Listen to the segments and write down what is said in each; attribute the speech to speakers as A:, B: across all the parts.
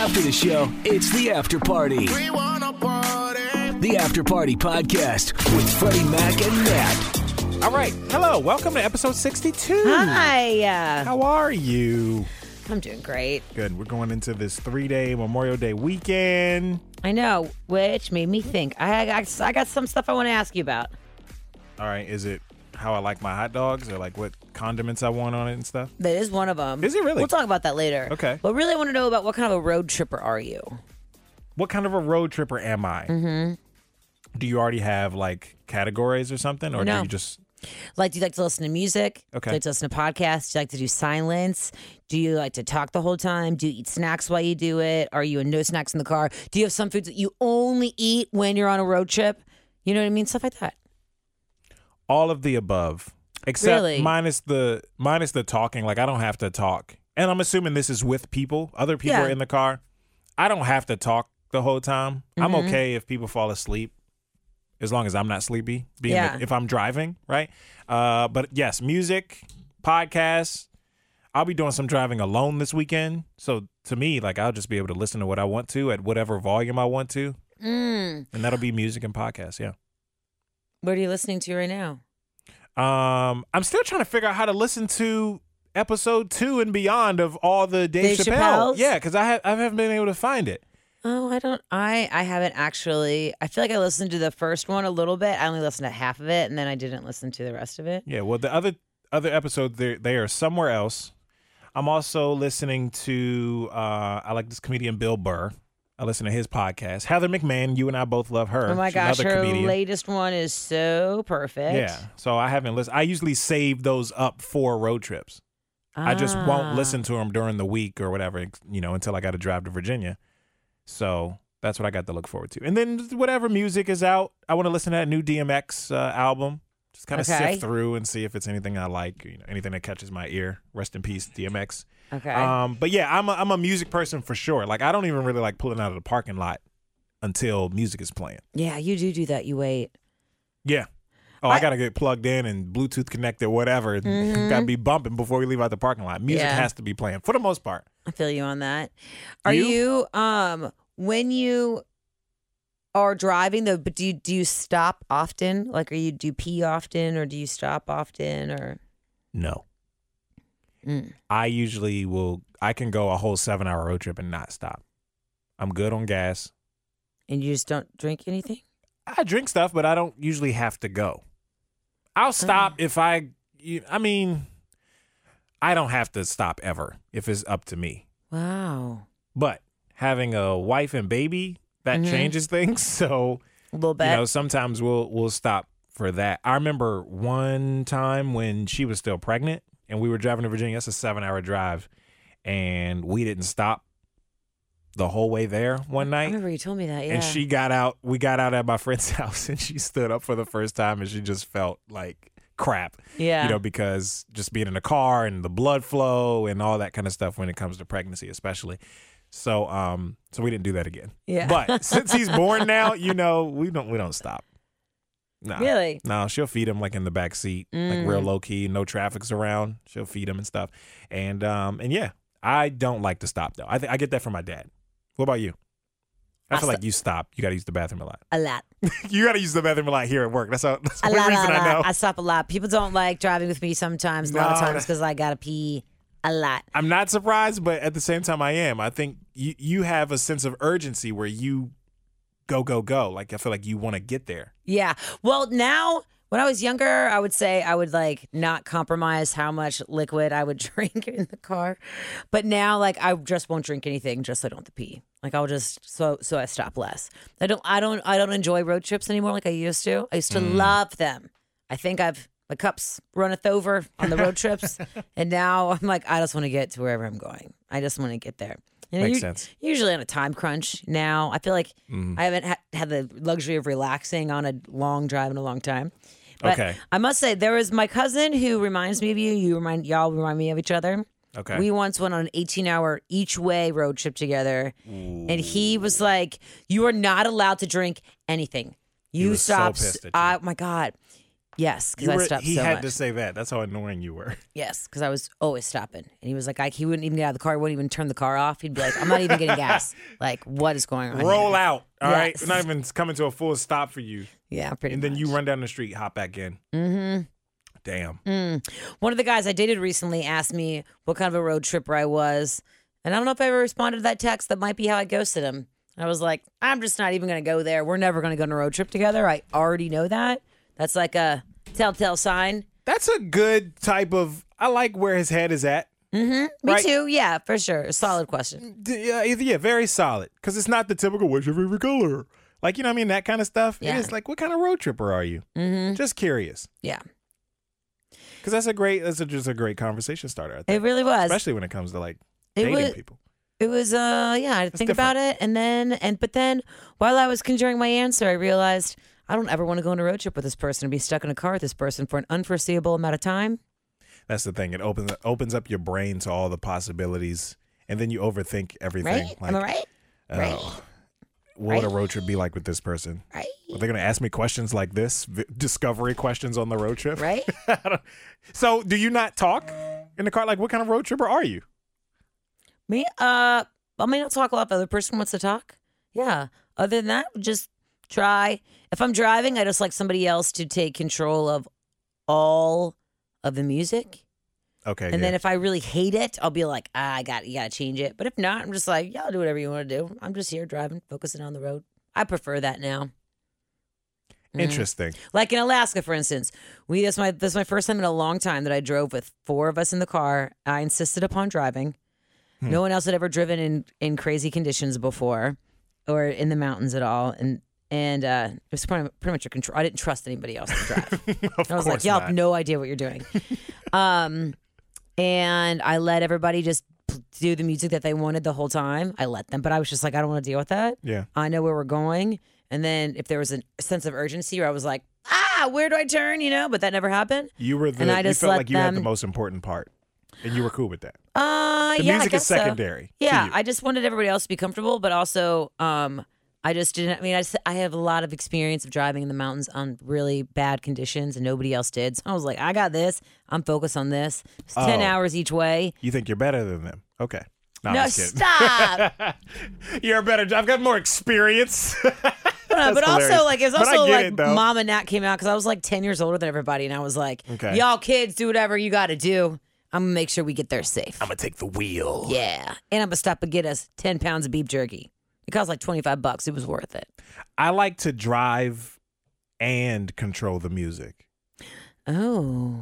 A: After the show, it's the after party.
B: We wanna party.
A: The After Party Podcast with Freddie Mac and Matt.
C: All right. Hello. Welcome to episode 62.
D: Hi.
C: How are you?
D: I'm doing great.
C: Good. We're going into this three day Memorial Day weekend.
D: I know, which made me think. I, I, I got some stuff I want to ask you about.
C: All right. Is it how I like my hot dogs or like what condiments I want on it and stuff?
D: That is one of them.
C: Is it really?
D: We'll talk about that later.
C: Okay.
D: But really, I want to know about what kind of a road tripper are you?
C: What kind of a road tripper am I? Mm-hmm. Do you already have like categories or something? Or
D: No.
C: do you just.
D: Like, do you like to listen to music?
C: Okay.
D: Do you like to listen to podcasts? Do you like to do silence? Do you like to talk the whole time? Do you eat snacks while you do it? Are you a no snacks in the car? Do you have some foods that you only eat when you're on a road trip? You know what I mean? Stuff like that.
C: all of the above except
D: Really?
C: minus the minus the talking like i don't have to talk and i'm assuming this is with people other people
D: Yeah.
C: are in the car i don't have to talk the whole time i'm
D: Mm-hmm.
C: okay if people fall asleep as long as i'm not sleepy being
D: Yeah.
C: if i'm driving right uh but yes music podcasts i'll be doing some driving alone this weekend so to me like i'll just be able to listen to what i want to at whatever volume i want to
D: Mm.
C: and that'll be music and podcasts yeah
D: What are you listening to right now?
C: um, I'm still trying to figure out how to listen to episode two and beyond of all the Dave,
D: Dave
C: Chappelle.
D: Chappelle's?
C: Yeah, because I have I haven't been able to find it.
D: Oh, I don't. I I haven't actually. I feel like I listened to the first one a little bit. I only listened to half of it, and then I didn't listen to the rest of it.
C: Yeah, well, the other other episodes they they are somewhere else. I'm also listening to uh, I like this comedian Bill Burr. I listen to his podcast. Heather McMahon, you and I both love her.
D: Oh my
C: She's
D: gosh,
C: another
D: her
C: comedian.
D: latest one is so perfect.
C: Yeah, so I haven't listened. I usually save those up for road trips. I just won't
D: Ah.
C: listen to them during the week or whatever, you know, until I got to drive to Virginia. So that's what I got to look forward to. And then whatever music is out, I want to listen to that new DMX uh, album. Just kind of
D: Okay.
C: sift through and see if it's anything I like, you know, anything that catches my ear. Rest in peace, DMX.
D: Okay.
C: Um, but yeah, I'm a, I'm a music person for sure. Like I don't even really like pulling out of the parking lot until music is playing.
D: yeah, you do do that. You wait.
C: Yeah. Oh, I,
D: I-
C: gotta get plugged in and Bluetooth connected, whatever. gotta be bumping before we leave out the parking lot. Music
D: Mm-hmm. Yeah.
C: has to be playing for the most part.
D: I feel you on that. Are
C: You?
D: you, um when you are driving though? But do you do you stop often? Like, are you do you pee often, or do you stop often, or
C: No.
D: Mm.
C: I usually will I can go a whole seven hour road trip and not stop. I'm good on gas.
D: and you just don't drink anything?
C: I drink stuff, but I don't usually have to go. I'll stop if I you- I mean I don't have to stop ever if it's up to me.
D: Wow,
C: But having a wife and baby, that
D: Mhm.
C: changes things. So
D: a little bit.
C: You know, sometimes we'll we'll stop for that. I remember one time when she was still pregnant and we were driving to Virginia. That's a seven hour drive, and we didn't stop the whole way there one
D: I
C: night.
D: remember you told me that. Oh, Yeah.
C: And she got out. We got out at my friend's house, and she stood up for the first time, and she just felt like crap.
D: Yeah.
C: You know, because just being in a car and the blood flow and all that kind of stuff when it comes to pregnancy, especially. So, um, so we didn't do that again.
D: Yeah.
C: But since he's born now, you know, we don't we don't stop. Nah.
D: Really? Mm.
C: No, she'll feed him like in the back seat, like real low key, no traffic's around. She'll feed him and stuff. And um and yeah, I don't like to stop though. I th- I get that from my dad. What about you? I
D: I
C: feel
D: st-
C: like you stop. You got to use the bathroom a lot.
D: a lot.
C: You got to use the bathroom a lot here at work. That's how. That's the
D: a
C: only
D: lot,
C: reason
D: a lot.
C: I know.
D: I stop a lot. People don't like driving with me sometimes. A lot of
C: No,
D: times because I gotta pee a lot.
C: I'm not surprised, but at the same time, I am. I think you you have a sense of urgency where you go go go. Like I feel like you want to get there.
D: Yeah. Well, now when I was younger, I would say I would like not compromise how much liquid I would drink in the car, but now like I just won't drink anything just so I don't have to pee. Like I'll just so so I stop less. I don't I don't I don't enjoy road trips anymore like I used to. I used to
C: Mm.
D: love them. I think I've my cups runneth over on the road trips, and now I'm like I just want to get to wherever I'm going. I just want to get there. You know,
C: Makes
D: you-
C: sense.
D: usually on a time crunch now. I feel like
C: Mm-hmm.
D: I haven't ha- had the luxury of relaxing on a long drive in a long time. But
C: Okay.
D: I must say, there was my cousin who reminds me of you. You remind y'all remind me of each other.
C: Okay.
D: We once went on an 18 hour each way road trip together. And he was like, You are not allowed to drink anything. You
C: was so
D: stop.
C: pissed at you.
D: I, my God. Yes, because
C: You
D: I
C: were-
D: stopped
C: he
D: so
C: had
D: much.
C: to say that. That's how annoying you were.
D: Yes, because I was always stopping, and he was like, I, he wouldn't even get out of the car. He wouldn't even turn the car off. He'd be like, I'm not even getting gas. Like, what is going on? here?"
C: Roll out. all right?
D: Yes.
C: We're Not even coming to a full stop for you.
D: Yeah, pretty.
C: And then you run down the street, hop back in.
D: Mm-hmm.
C: Damn.
D: Mm. One of the guys I dated recently asked me what kind of a road tripper I was. And I don't know if I ever responded to that text. That might be how I ghosted him. I was like, I'm just not even going to go there. We're never going to go on a road trip together. I already know that. That's like a telltale sign.
C: That's a good type of. I like where his head is at.
D: Me
C: Right.
D: too. Yeah, for sure. Solid question.
C: D- Yeah, either- yeah, very solid. Because it's not the typical "What's your favorite color?" Like you know, what I mean that kind of stuff.
D: Yeah.
C: It is like, what kind of road tripper are you? Mm-hmm. Just curious.
D: Yeah,
C: Because that's a great. That's a, just a great conversation starter. I think.
D: it really was.
C: Especially when it comes to like
D: It
C: dating
D: was-
C: people.
D: It was uh yeah, I had to think about it and then and but then while I was conjuring my answer, I realized I don't ever want to go on a road trip with this person and be stuck in a car with this person for an unforeseeable amount of time.
C: That's the thing. It opens opens up your brain to all the possibilities, and then you overthink everything.
D: Right? Am I right?
C: oh,
D: Right.
C: What would a road trip be like with this person?
D: Right?
C: Are they going to ask me questions like this? V- discovery questions on the road trip?
D: Right?
C: I don't- so, do you not talk in the car? Like, what kind of road tripper are you?
D: Me? Uh, I may not talk a lot. If the other person wants to talk, yeah. Other than that, just try. If I'm driving, I just like somebody else to take control of all of the music.
C: Okay.
D: And
C: yeah.
D: then if I really hate it, I'll be like, ah, I got you got to change it. But if not, I'm just like, y'all do whatever you want to do. I'm just here driving, focusing on the road. I prefer that now. mm.
C: Interesting.
D: Like in Alaska, for instance, we that's my that's my first time in a long time that I drove with four of us in the car. I insisted upon driving. No one else had ever driven in in crazy conditions before, or in the mountains at all, and and uh, it was pretty, pretty much a control. I didn't trust anybody else to drive.
C: of
D: I was like,
C: course
D: y'all
C: not.
D: have no idea what you're doing. um, and I let everybody just pl- do the music that they wanted the whole time. I let them, but I was just like, I don't want to deal with that.
C: Yeah.
D: I know where we're going. And then if there was a sense of urgency where I was like, ah, where do I turn? You know, but that never happened.
C: You were the.
D: And I
C: you
D: just
C: felt
D: let
C: like you had the
D: them-
C: most important part, and you were cool with that.
D: Uh,
C: The
D: yeah, I
C: music
D: guess
C: is
D: so.
C: secondary. to
D: Yeah,
C: you.
D: I just wanted everybody else to be comfortable, but also, um, I just didn't. I mean, I, s- I have a lot of experience of driving in the mountains on really bad conditions, and nobody else did. So I was like, I got this. I'm focused on this. It's ten
C: Oh.
D: hours each way.
C: you think you're better than them. Okay. No, I'm
D: no,
C: just kidding.
D: stop.
C: You're a better. I've got more experience.
D: No, but
C: hilarious.
D: also, like, it's
C: But I
D: also
C: get
D: like
C: it, though.
D: Mom and Nat came out because I was like ten years older than everybody, and I was like,
C: Okay.
D: y'all kids, do whatever you got to do. I'm gonna make sure we get there safe.
C: I'm gonna take the wheel.
D: yeah, and I'm gonna stop and get us ten pounds of beef jerky. It cost like twenty five bucks. It was worth it.
C: I like to drive and control the music.
D: Oh.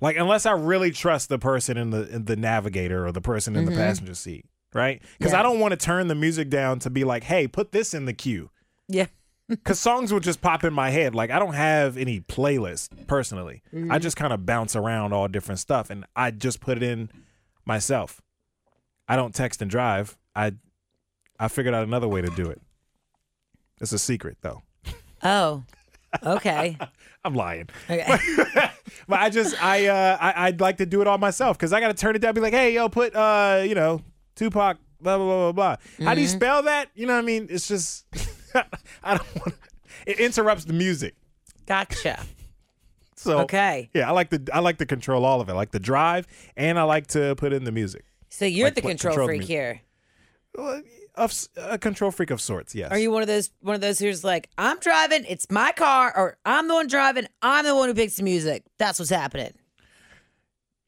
C: Like unless I really trust the person in the in the navigator or the person in the
D: Mm-hmm.
C: passenger seat, right? Because I
D: Yeah.
C: don't want to turn the music down to be like, "Hey, put this in the queue."
D: Yeah.
C: Because songs will just pop in my head. Like I don't have any playlist personally. I just kind of bounce around all different stuff, and I just put it in myself. I don't text and drive. I I figured out another way to do it. It's a secret though.
D: Oh. Okay.
C: I'm lying.
D: Okay.
C: but I just I uh I, I'd like to do it all myself because I gotta turn it down. Be like, hey, yo, put uh you know Tupac blah blah blah blah blah. How do you spell that? You know what I mean? It's just I don't want it interrupts the music.
D: Gotcha.
C: So
D: Okay.
C: yeah, I like to I like to control all of it. I like to drive and I like to put in the music.
D: So you're
C: Like
D: the
C: what
D: control
C: controlled
D: freak
C: me?
D: here.
C: Well, Of s- a control freak of sorts, yes.
D: Are you one of those one of those who's like, I'm driving, it's my car, or I'm the one driving, I'm the one who picks the music. That's what's happening.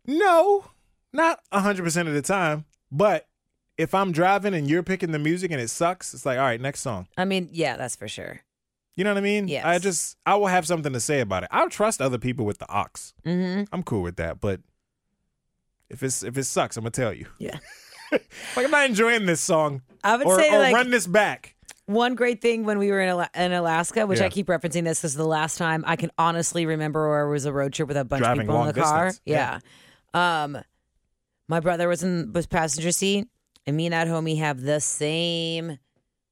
C: No, not hundred percent of the time, but. If I'm driving and you're picking the music and it sucks, it's like, all right, next song.
D: I mean, yeah, that's for sure.
C: You know what I mean?
D: Yes.
C: I just I will have something to say about it. I'll trust other people with the ox.
D: Mm-hmm.
C: I'm cool with that, but if it's if it sucks, I'm gonna tell you.
D: Yeah.
C: Like I'm not enjoying this song.
D: I would
C: or,
D: say
C: or
D: like
C: run this back.
D: one great thing when we were in, Ala- in Alaska, which
C: Yeah.
D: I keep referencing this because the last time I can honestly remember where it was a road trip with a bunch
C: Driving
D: of people in
C: long
D: the car.
C: distance,
D: Yeah.
C: yeah.
D: Um, my brother was in was passenger seat, and me and that homie have the same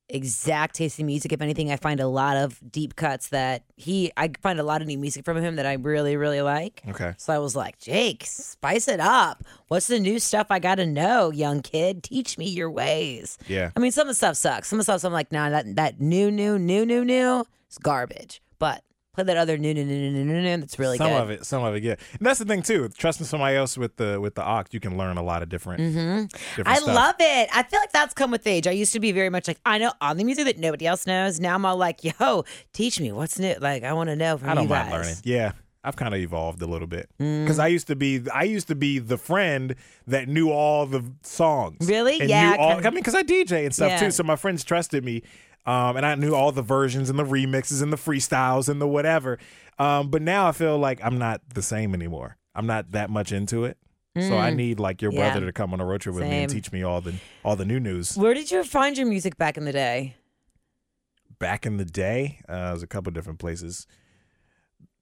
D: exact taste in music. If anything, I find a lot of deep cuts that he I find a lot of new music from him that I really really like.
C: Okay.
D: So I was like, Jake, spice it up. What's the new stuff I got to know, young kid? Teach me your ways.
C: Yeah.
D: I mean, some of the stuff sucks. Some of the stuff I'm like, nah, that that new, new, new, new, new, it's garbage. But Play that other no no no no no no no that's really
C: some
D: good.
C: of it, some of it, yeah. And that's the thing too. Trusting somebody else with the with the oct, you can learn a lot of different. different
D: Mm-hmm. I
C: stuff.
D: love it. I feel like that's come with age. I used to be very much like I know all the music that nobody else knows. Now I'm all like, yo, teach me what's new. Like I want to know from
C: I don't
D: you guys.
C: mind learning. Yeah. I've kind of evolved a little bit
D: Mm.
C: because I used to be I used to be the friend that knew all the songs.
D: Really?
C: And
D: Yeah,
C: Knew all, I
D: 'cause-
C: mean, because I DJ and stuff
D: Yeah.
C: too, so my friends trusted me, um, and I knew all the versions and the remixes and the freestyles and the whatever. Um, but now I feel like I'm not the same anymore. I'm not that much into it, so I need like your
D: Mm. Yeah.
C: brother to come on a road trip with me and
D: Same.
C: teach me all the all the new news.
D: Where did you find your music back in the day?
C: back in the day. Uh, there's a couple different places.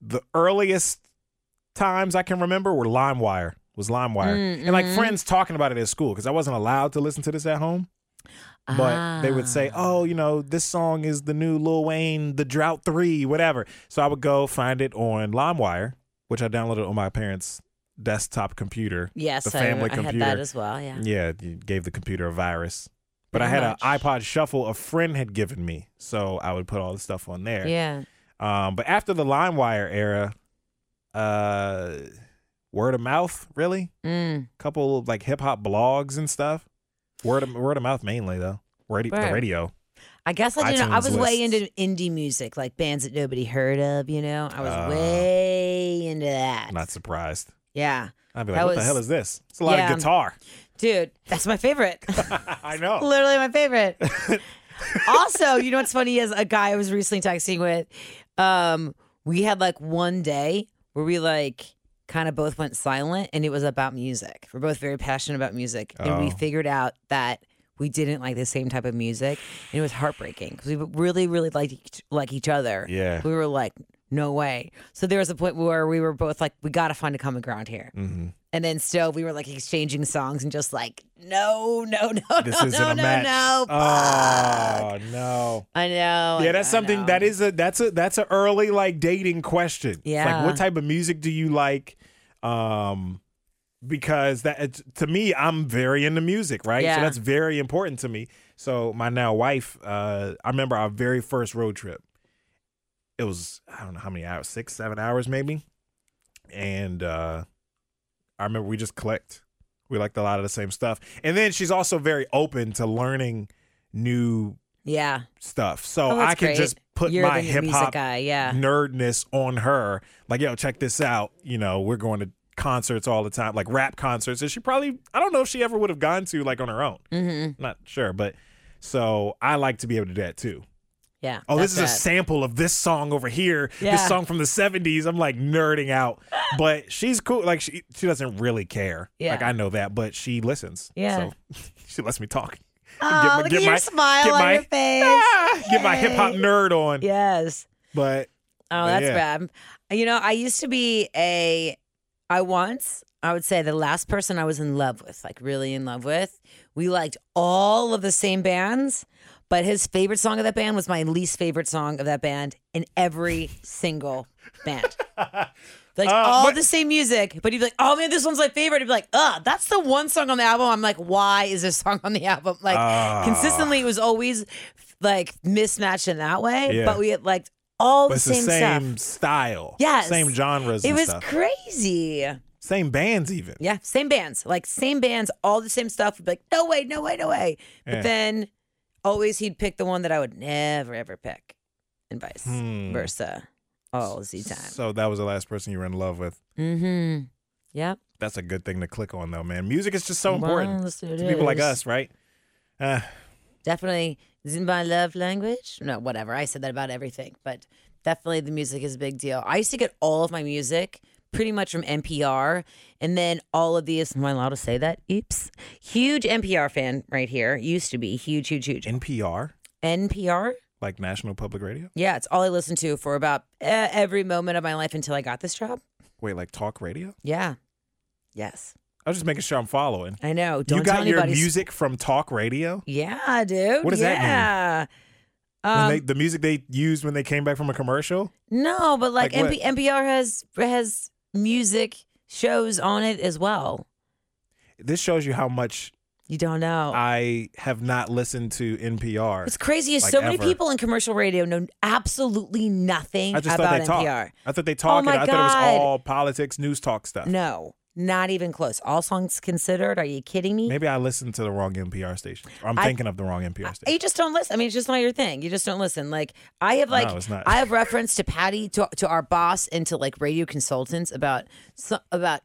C: The earliest times I can remember were LimeWire. Was LimeWire
D: Mm,
C: and
D: mm-hmm.
C: like friends talking about it at school because I wasn't allowed to listen to this at home. But they
D: Ah.
C: would say, "Oh, you know, this song is the new Lil Wayne, The Drought Three, whatever." So I would go find it on LimeWire, which I downloaded on my parents' desktop computer.
D: Yes,
C: the
D: I,
C: family
D: I
C: computer.
D: had that as well. Yeah.
C: Yeah, you gave the computer a virus. But I
D: Pretty
C: had
D: much.
C: an iPod Shuffle a friend had given me, so I would put all the stuff on there.
D: Yeah.
C: Um, but after the LimeWire era, uh, word of mouth really.
D: Mm.
C: Couple of, like hip hop blogs and stuff. Word of word of mouth mainly though. Radio, the
D: Right.
C: radio.
D: I guess I didn't. know. I
C: iTunes
D: was way
C: lists.
D: into indie music, like bands that nobody heard of. You know, I was
C: Uh,
D: way into that.
C: Not surprised.
D: yeah,
C: I'd be like,
D: That
C: what the
D: was-
C: hell is this? It's a lot
D: Yeah.
C: of guitar.
D: dude, that's my favorite.
C: I know.
D: literally my favorite. also, you know what's funny is a guy I was recently texting with. Um, we had like one day where we like kind of both went silent, and it was about music. We're both very passionate about music, and we
C: Oh.
D: figured out that we didn't like the same type of music, and it was heartbreaking because we really, really liked each, like each other.
C: Yeah.
D: we were like, no way. So there was a point where we were both like, we got to find a common ground here.
C: Mhm.
D: And then still, we were like exchanging songs and just like, no, no, no,
C: This
D: no,
C: isn't
D: no,
C: a
D: no,
C: match.
D: no. fuck.
C: oh no.
D: I know.
C: Yeah,
D: I
C: that's
D: know, I
C: something
D: know.
C: that is a that's a that's a early like dating question. It's
D: Yeah.
C: like what type of music do you like? Um, because that it's- to me, I'm very into music, right?
D: Yeah.
C: So that's very important to me. So my now wife, uh, I remember our very first road trip. It was I don't know how many hours, six, seven hours maybe, and uh, I remember we just clicked. We liked a lot of the same stuff, and then she's also very open to learning new
D: Yeah.
C: stuff. So
D: Oh, that's
C: I can
D: great.
C: just put
D: You're
C: my
D: the
C: hip
D: music
C: hop
D: guy. Yeah.
C: nerdness on her. Like, yo, check this out. You know, we're going to concerts all the time, like rap concerts. And she probably, I don't know if she ever would have gone to like on her own.
D: Mm-hmm.
C: Not sure. But so I like to be able to do that too.
D: Yeah.
C: Oh, this is a
D: that's it.
C: sample of this song over here.
D: Yeah.
C: This song from the 70s. I'm like nerding out. but she's cool. Like, she, she doesn't really care.
D: Yeah.
C: Like, I know that, but she listens.
D: Yeah.
C: So she lets me talk.
D: Oh, look at your smile on your face.
C: Ah, get my hip hop
D: Yay.
C: nerd on.
D: Yes.
C: But
D: Oh,
C: But
D: that's bad. You know, I used to be a, I once, I would say the last person I was in love with, like really in love with, we liked all of the same bands, but his favorite song of that band was my least favorite song of that band in every single band. Like
C: Uh,
D: all
C: but-
D: the same music, but he'd be like, "Oh man, this one's my favorite." He'd be like, "Uh, that's the one song on the album." I'm like, "Why is this song on the album?" Like
C: Ah.
D: consistently, it was always like mismatched in that way.
C: Yeah.
D: But we had liked all
C: but
D: the
C: it's the
D: same, stuff.
C: same style.
D: Yes.
C: Same genres
D: It
C: and
D: was
C: stuff.
D: crazy.
C: same bands even.
D: Yeah, same bands, like same bands, all the same stuff. We'd be like, "No way, no way, no way." But
C: Yeah.
D: then always he'd pick the one that I would never ever pick, and vice
C: Hmm.
D: versa, all the time.
C: So that was the last person you were in love with.
D: mm-hmm. Yep.
C: That's a good thing to click on though, man. Music is just so important
D: Well, it
C: to people like
D: is.
C: us, right? Uh,
D: definitely is it my love language no whatever i said that about everything but definitely the music is a big deal i used to get all of my music pretty much from npr and then all of these am i allowed to say that oops huge npr fan right here used to be huge huge huge
C: NPR,
D: npr
C: like National Public Radio.
D: yeah it's all i listened to for about uh, every moment of my life until i got this job
C: Wait, like talk radio?
D: yeah yes
C: I was just making sure I'm following.
D: i know don't
C: you got
D: tell
C: your
D: anybody
C: music from talk radio?
D: yeah dude
C: What does that mean?
D: yeah that
C: when they, the music they used when they came back from a commercial?
D: No, but like,
C: Like what?
D: MP- NPR has has music shows on it as well.
C: This shows you how much
D: You don't know.
C: Ah, I have not listened to NPR.
D: What's crazy is
C: like,
D: so many
C: ever.
D: people in commercial radio know absolutely nothing
C: I just thought
D: about
C: they talked.
D: NPR.
C: I thought they talked.
D: Oh my
C: and I thought it
D: God.
C: was all politics, news talk stuff.
D: No, not even close. All songs considered. Are you kidding me?
C: Maybe I listened to the wrong NPR station. Or I'm
D: I-
C: thinking of the wrong NPR station.
D: You just don't listen. I mean, it's just not your thing. You just don't listen. Like I have, like
C: it's not.
D: I have reference to Patty to to our boss and to like radio consultants about so- about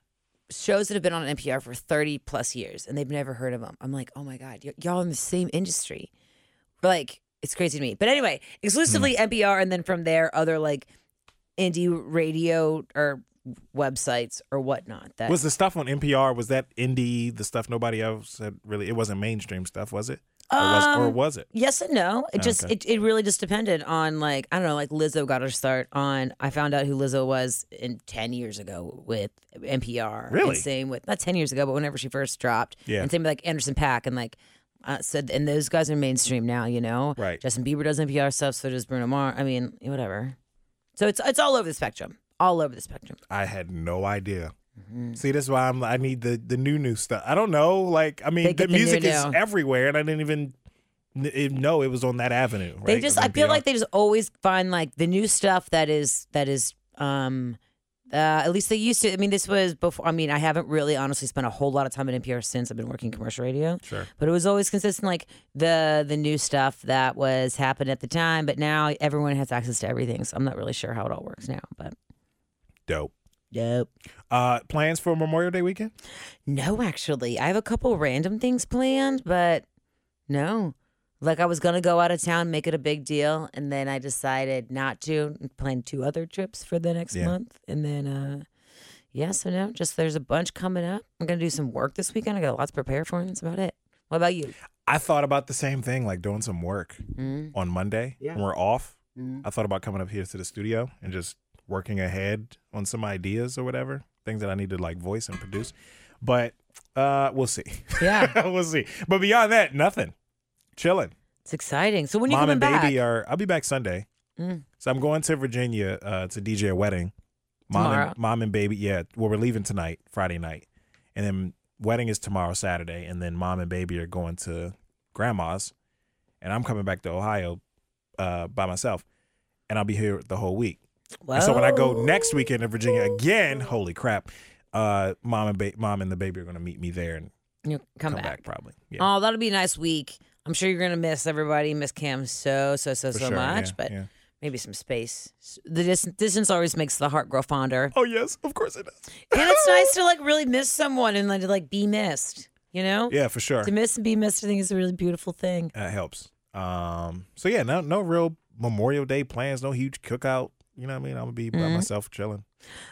D: shows that have been on NPR for thirty plus years and they've never heard of them. I'm like, oh my god, y- y'all in the same industry. Like it's crazy to me. But anyway, exclusively
C: Hmm.
D: NPR, and then from there, other like indie radio or websites or whatnot. That
C: was the stuff on NPR was that indie? The stuff nobody else had really. It wasn't mainstream stuff, was it? Or was, or
D: Um,
C: was it?
D: Yes and no. It
C: Oh,
D: just
C: okay.
D: it, it really just depended on like I don't know like Lizzo got her start on I found out who Lizzo was in ten years ago with NPR. And
C: Really?
D: same with not ten years ago, but whenever she first dropped.
C: Yeah.
D: And same with like Anderson Pack and like uh, said and those guys are mainstream now. You know.
C: Right.
D: Justin Bieber does NPR stuff. So does Bruno Mars. I mean whatever. So it's it's all over the spectrum. All over the spectrum.
C: I had no idea.
D: Mm-hmm.
C: See, that's why I'm. I need the the new new stuff. I don't know. Like, I mean, the
D: They get the new
C: music is
D: new.
C: everywhere, and I didn't even n- even know it was on that avenue. Right?
D: They just
C: of
D: I feel
C: NPR.
D: like they just always find like the new stuff that is that is um uh, at least they used to. I mean, this was before. I mean, I haven't really honestly spent a whole lot of time at NPR since I've been working commercial radio.
C: Sure.
D: But it was always consistent, like the the new stuff that was happening at the time. But now everyone has access to everything, so I'm not really sure how it all works now. But
C: dope.
D: yep.
C: Uh, plans for Memorial Day weekend?
D: No, actually, I have a couple random things planned, but no. Like I was gonna go out of town, make it a big deal, and then I decided not to and plan two other trips for the next
C: Yeah.
D: month. And then uh yeah, so now just there's a bunch coming up. I'm gonna do some work this weekend. I got lots prepared for and that's about it. What about you?
C: I thought about the same thing, like doing some work on Monday when we're off. I thought about coming up here to the studio and just working ahead on some ideas or whatever, things that I need to like voice and produce. But uh we'll see.
D: Yeah.
C: we'll see. But beyond that, nothing. Chilling.
D: It's exciting. So when you
C: Mom
D: coming
C: and
D: back?
C: baby are I'll be back Sunday.
D: Mm.
C: So I'm going to Virginia uh to DJ a wedding. Mom
D: Tomorrow.
C: and mom and baby, yeah. Well we're leaving tonight, Friday night. And then wedding is tomorrow Saturday, and then mom and baby are going to grandma's and I'm coming back to Ohio uh by myself. And I'll be here the whole week.
D: Whoa.
C: uh, And so when I go next weekend to Virginia again, holy crap, uh, mom and ba- mom and the baby are gonna meet me there and
D: you come,
C: come,
D: back.
C: back. probably. Yeah,
D: Oh, that'll be a nice week. I'm sure you're gonna miss everybody, miss Cam so so so
C: for
D: so
C: sure,
D: much,
C: yeah,
D: but
C: yeah.
D: maybe some space. S- The dis- distance always makes the heart grow fonder,
C: oh yes, of course it does.
D: and it's nice to like really miss someone and like, to like be missed. You know,
C: Yeah, for sure.
D: to miss and be missed, I think is a really beautiful thing.
C: That helps. Um, so yeah, no no real Memorial Day plans, no huge cookout. You know what I mean? I'm gonna be by
D: Mm-hmm.
C: myself chilling.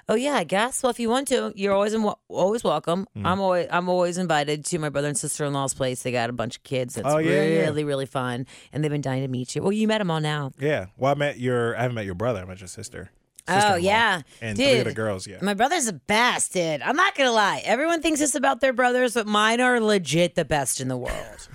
D: Oh yeah, I guess. Well, if you want to, you're always in, always welcome.
C: Mm.
D: I'm always I'm always invited to my brother and sister in law's place. They got a bunch of kids. It's
C: Oh, yeah, yeah.
D: really really fun, and they've been dying to meet you. Well, you met them all now.
C: Yeah. Well, I met your I haven't met your brother. I met your sister.
D: Oh
C: sister-in-law,
D: yeah,
C: and
D: dude.
C: three of the girls. Yeah.
D: My brother's the best, dude. I'm not gonna lie. Everyone thinks this about their brothers, but mine are legit the best in the world.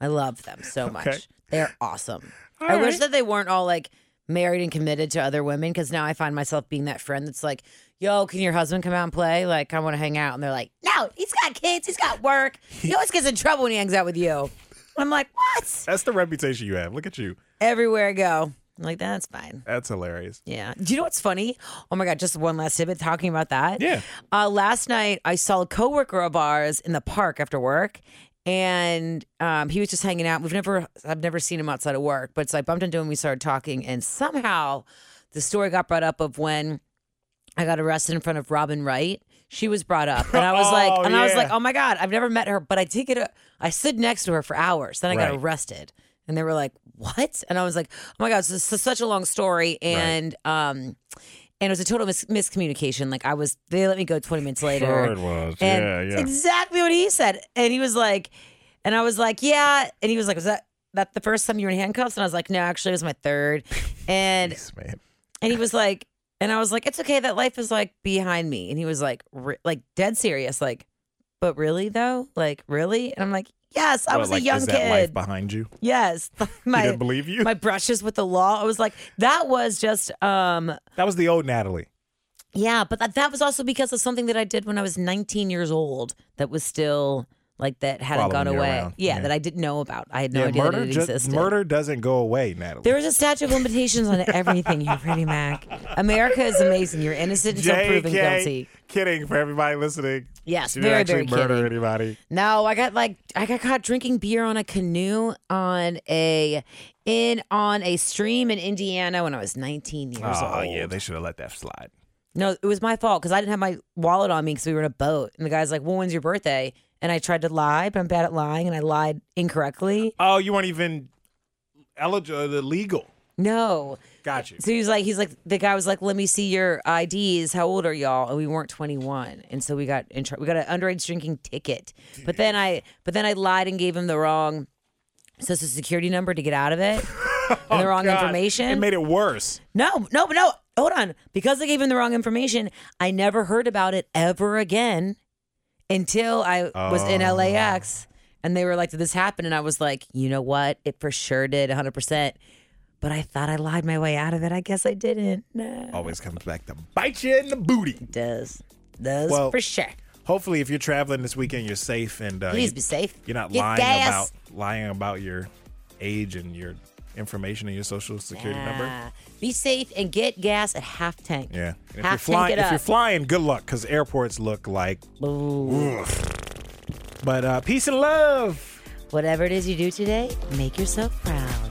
D: I love them so much.
C: Okay.
D: They're awesome. I wish
C: right.
D: that they weren't all like married and committed to other women because now I find myself being that friend that's like, yo, can your husband come out and play? Like, I want to hang out. And they're like, no, he's got kids, he's got work. He always gets in trouble when he hangs out with you. I'm like, what?
C: That's the reputation you have. Look at you.
D: Everywhere I go. I'm like, that's fine.
C: That's hilarious.
D: Yeah. Do you know what's funny? Oh my God, just one last tidbit talking about that.
C: Yeah.
D: Uh, last night, I saw a coworker of ours in the park after work, and um, he was just hanging out. We've never, I've never seen him outside of work, but so I bumped into him. We started talking, and somehow the story got brought up of when I got arrested in front of Robin Wright. She was brought up, and I was
C: Oh,
D: like, and I was
C: yeah.
D: like, oh my god, I've never met her, but I did get a, I stood next to her for hours. Then I
C: Right.
D: got arrested, and they were like, what? And I was like, oh my god, this is such a long story, and um, and it was a total mis- miscommunication. Like I was, they let me go twenty minutes later.
C: was.
D: And it's exactly what he said. And he was like, and I was like, yeah. And he was like, was that that the first time you were in handcuffs? And I was like, no, actually, it was my third. And
C: Yes, man.
D: and he was like, and I was like, it's okay. That life is like behind me. And he was like, re- like dead serious. Like, but really though, like really? And I'm like, yes, I
C: What,
D: was
C: like,
D: a young
C: is that life
D: kid.
C: behind you?
D: yes,
C: I
D: my
C: didn't believe you.
D: my brushes with the law. I was like, that was just um
C: that was the old Natalie.
D: yeah, but that, that was also because of something that I did when I was 19 years old that was still like that hadn't
C: Following
D: gone
C: you
D: away.
C: around,
D: Yeah,
C: yeah.
D: that I didn't know about. I had no
C: yeah,
D: idea
C: murder
D: that it
C: ju-
D: existed.
C: murder doesn't go away, Natalie.
D: There is a statute of limitations on everything, you pretty Mac. America is amazing. You're innocent until proven
C: JK,
D: guilty.
C: Kidding for everybody listening.
D: Yes,
C: she
D: very,
C: didn't actually
D: very
C: murder
D: kidding.
C: anybody.
D: No, I got like I got caught drinking beer on a canoe on a in on a stream in Indiana when I was 19 years
C: Oh
D: old.
C: yeah, they should have let that slide.
D: No, it was my fault because I didn't have my wallet on me because we were in a boat. And the guy's like, "Well, when's your birthday?" And I tried to lie, but I'm bad at lying, and I lied incorrectly.
C: Oh, you weren't even eligible, uh, legal.
D: No,
C: Got you.
D: So he was like, he's like, the guy was like, let me see your IDs. How old are y'all? And we weren't 21, and so we got in tr- we got an underage drinking ticket. But then I, but then I lied and gave him the wrong social security number to get out of it, and the wrong
C: Oh, God,
D: information.
C: It made it worse.
D: no, no, no. Hold on, because I gave him the wrong information, I never heard about it ever again until I was in
C: Oh.
D: LAX, and they were like, "Did this happen?" And I was like, "You know what? It for sure did, 100." percent but I thought I lied my way out of it. I guess I didn't. No.
C: Always comes back to bite you in the booty.
D: does. Does
C: Well,
D: for sure.
C: Hopefully, if you're traveling this weekend, you're safe and uh,
D: Please
C: you-
D: be safe.
C: You're not
D: Get
C: lying
D: gas.
C: about lying about your age and your information and your social security number.
D: Ah, be safe and get gas at half tank.
C: Yeah. And if
D: half
C: you're flying,
D: tank it
C: if
D: up.
C: you're flying, good luck because airports look like. But uh, peace and love.
D: Whatever it is you do today, make yourself proud.